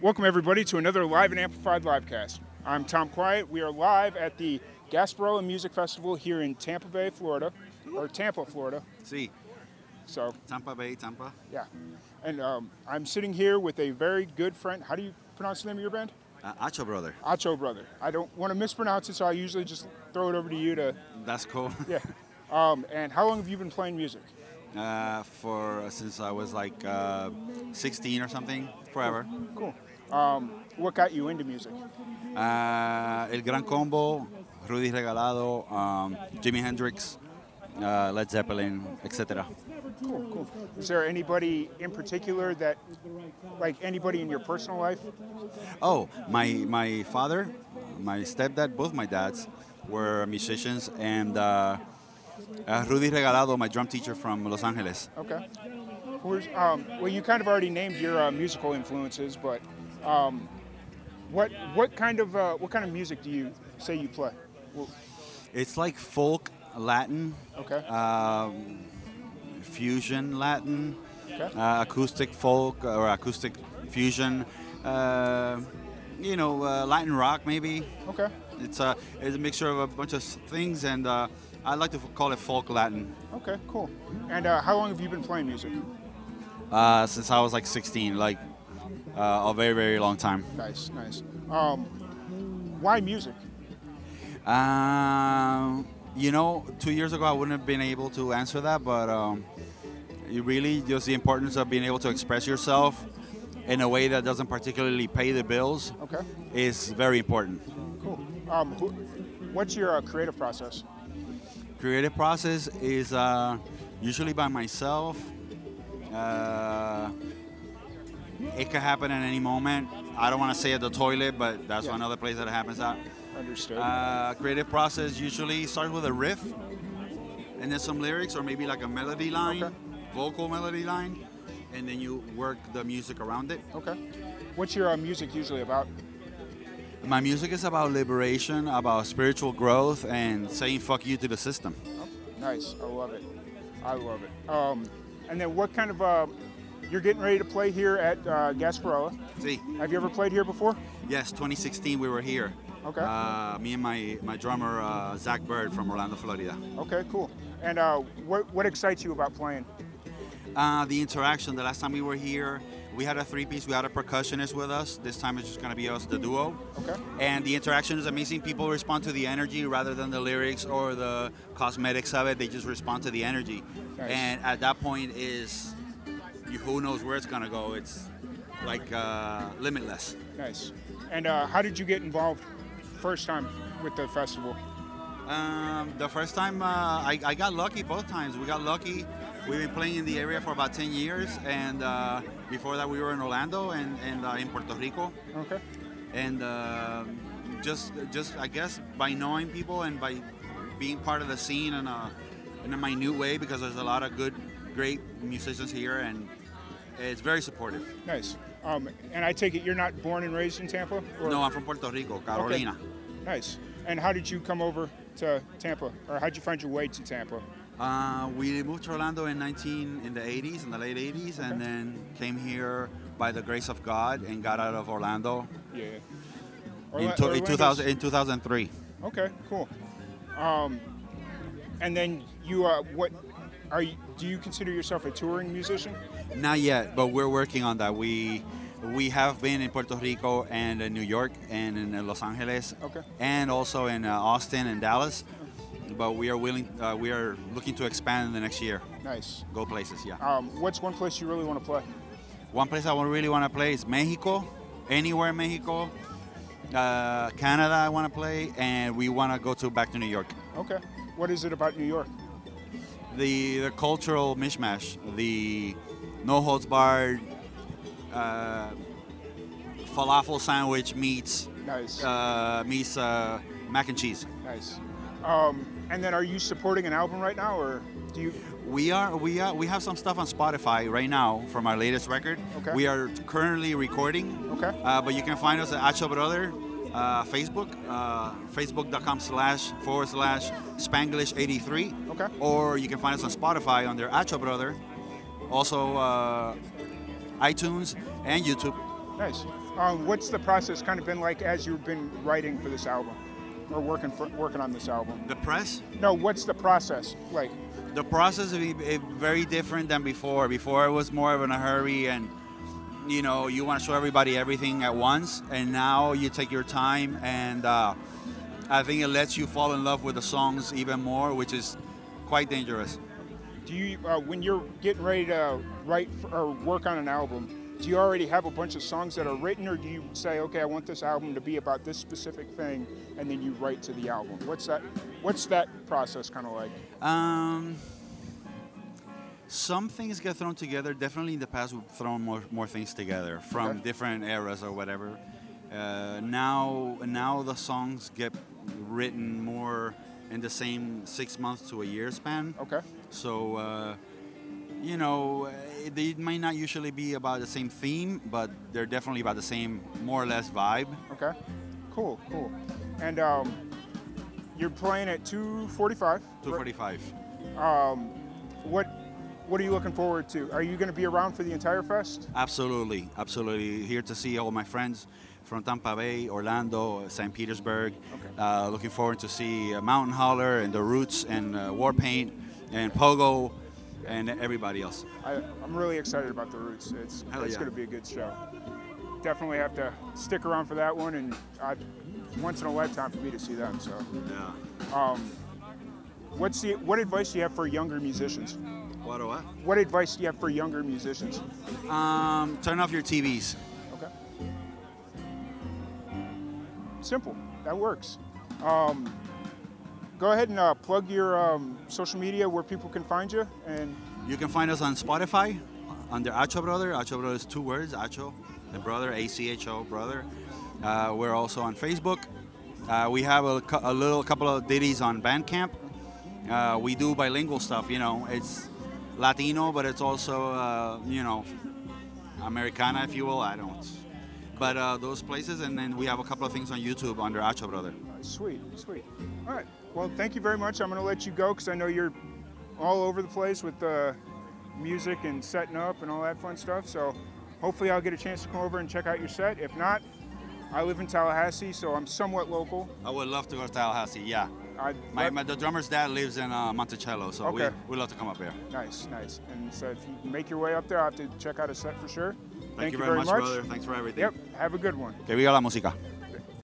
Welcome, everybody, to another Live and Amplified Livecast. I'm Tom Quiet. We are live at the Gasparilla Music Festival here in Tampa Bay, Florida, or Tampa, Florida. See, So, Tampa Bay, Tampa. yeah. And um, I'm sitting here with a very good friend. How do you pronounce the name of your band? Uh, Acho brother. Acho Brother. I don't want to mispronounce it, so I usually just throw it over to you to. That's cool. Yeah. Um, and how long have you been playing music? Uh, for since I was like uh, 16 or something, forever. Cool. Um, what got you into music? Uh, El Gran Combo, Rudy Regalado, um, Jimi Hendrix, uh, Led Zeppelin, etc. Cool, cool. Is there anybody in particular that, like anybody in your personal life? Oh, my my father, my stepdad, both my dads were musicians, and uh, uh, Rudy Regalado, my drum teacher from Los Angeles. Okay. Who's, um, well, you kind of already named your uh, musical influences, but um, what what kind of uh, what kind of music do you say you play? Well, It's like folk Latin, okay. um, fusion Latin, Okay. uh, acoustic folk or acoustic fusion, uh, you know, uh, Latin rock maybe. okay. It's a it's a mixture of a bunch of s- things, and uh, I like to f- call it folk Latin. Okay. Cool. And uh, how long have you been playing music? Uh, since I was like 16, like uh, a very very long time. Nice, nice. Um, why music? Um, you know, two years ago I wouldn't have been able to answer that, but um, you really just the importance of being able to express yourself in a way that doesn't particularly pay the bills Okay. is very important. Cool. Um, who, what's your uh, creative process? Creative process is uh, usually by myself. Uh, it could happen at any moment. I don't want to say at the toilet, but that's Yeah. another place that it happens at. Understood. Uh, creative process usually starts with a riff and then some lyrics or maybe like a melody line, Okay. vocal melody line, and then you work the music around it. okay. What's your uh, music usually about? My music is about liberation, about spiritual growth, and saying fuck you to the system. Nice. I love it. I love it. Um, and then what kind of, uh, you're getting ready to play here at uh, Gasparilla. See, Have you ever played here before? yes, 2016 we were here. Okay. Uh, me and my, my drummer, uh, Zach Bird from Orlando, Florida. Okay, cool. And uh, what, what excites you about playing? Uh, the interaction, the last time we were here, we had a three piece, we had a percussionist with us. This time it's just gonna be us, the duo. Okay. and the interaction is amazing. People respond to the energy rather than the lyrics or the cosmetics of it. They just respond to the energy, Nice. and at that point is you, who knows where it's gonna go. It's like uh, limitless. Nice. And uh, how did you get involved first time with the festival? Um, the first time uh, I, I got lucky both times. We got lucky. We've been playing in the area for about 10 years, and uh, before that we were in Orlando and, and uh, in Puerto Rico. Okay. and uh, just just I guess by knowing people and by being part of the scene in a in a minute way because there's a lot of good great musicians here and it's very supportive. Nice. Um, and I take it you're not born and raised in Tampa? Or- No, I'm from Puerto Rico, Okay. Carolina. Nice. And how did you come over to Tampa, or how'd you find your way to Tampa? Uh, we moved to Orlando in 19 in the 80s, in the late 80s, and then came here by the grace of God and got out of Orlando Yeah. in, Orla- to, in Orlando's- 2000 in 2003. Okay, cool. Um, and then you, uh, what are you? Do you consider yourself a touring musician? Not yet, but we're working on that. We we have been in Puerto Rico and in New York and in uh, Los Angeles, Okay. and also in uh, Austin and Dallas. But we are willing, uh, we are looking to expand in the next year. Nice. Go places, yeah. Um, what's one place you really want to play? One place I want- really want to play is Mexico. Anywhere in Mexico, uh, Canada, I want to play, and we want to go to back to New York. Okay. What is it about New York? the the cultural mishmash, the no holds barred uh, falafel sandwich meets Nice. uh, meets uh, mac and cheese. Nice. Um, and then, are you supporting an album right now, or do you? We are we are we have some stuff on Spotify right now from our latest record. Okay. We are currently recording. Okay. Uh, but you can find us at Acho Brother. Uh, Facebook, uh, facebook.com slash forward slash Spanglish83. Okay. Or you can find us on Spotify under Acho Brother. Also, uh, iTunes and YouTube. Nice. Um, what's the process kind of been like as you've been writing for this album, or working for, working on this album? The press, No, what's the process like? the process is is very different than before. Before it was more of in a hurry and you know you want to show everybody everything at once, and now you take your time and uh, I think it lets you fall in love with the songs even more, which is quite dangerous. Do you uh, when you're getting ready to write for, or work on an album? Do you already have a bunch of songs that are written, or do you say, "Okay, I want this album to be about this specific thing," and then you write to the album? What's that? What's that process kind of like? Um, some things get thrown together. Definitely in the past, we've thrown more, more things together from Okay. different eras or whatever. Uh, now, now the songs get written more in the same six months to a year span. Okay. So, uh, you know, uh, they might not usually be about the same theme, but they're definitely about the same, more or less vibe. Okay. Cool. Cool. And um, you're playing at 2:45. 245. Um, what What are you looking forward to? Are you going to be around for the entire fest? Absolutely, absolutely. Here to see all my friends from Tampa Bay, Orlando, St. Petersburg. Okay. Uh, looking forward to see uh, Mountain Holler and The Roots and uh, War Paint and Pogo and everybody else. I, I'm really excited about the Roots. It's Hell it's yeah. going to be a good show. Definitely have to stick around for that one, and I, once in a lifetime for me to see them. So, Yeah. um, what's the what advice do you have for younger musicians? What do I? What advice do you have for younger musicians? Um, turn off your TVs. Okay. Simple. That works. Um, go ahead and uh, plug your um, social media where people can find you. And You can find us on Spotify under Acho Brother. Acho Brother is two words Acho, the brother, A C H O, brother. Uh, we're also on Facebook. Uh, we have a, cou- a little couple of ditties on Bandcamp. Uh, we do bilingual stuff, you know. It's Latino, but it's also, uh, you know, Americana, if you will. I don't. But uh, those places, and then we have a couple of things on YouTube under Acho Brother. sweet, sweet. All right. Well, thank you very much. I'm going to let you go because I know you're all over the place with the music and setting up and all that fun stuff. So hopefully I'll get a chance to come over and check out your set. If not, I live in Tallahassee, so I'm somewhat local. I would love to go to Tallahassee, yeah. I My, my, the drummer's dad lives in uh, Monticello, so Okay. we, we love to come up here. Nice, nice. And so if you make your way up there, I'll have to check out a set for sure. Thank, you very, much, brother. Thanks for everything. Yep, have a good one. Que viva la música.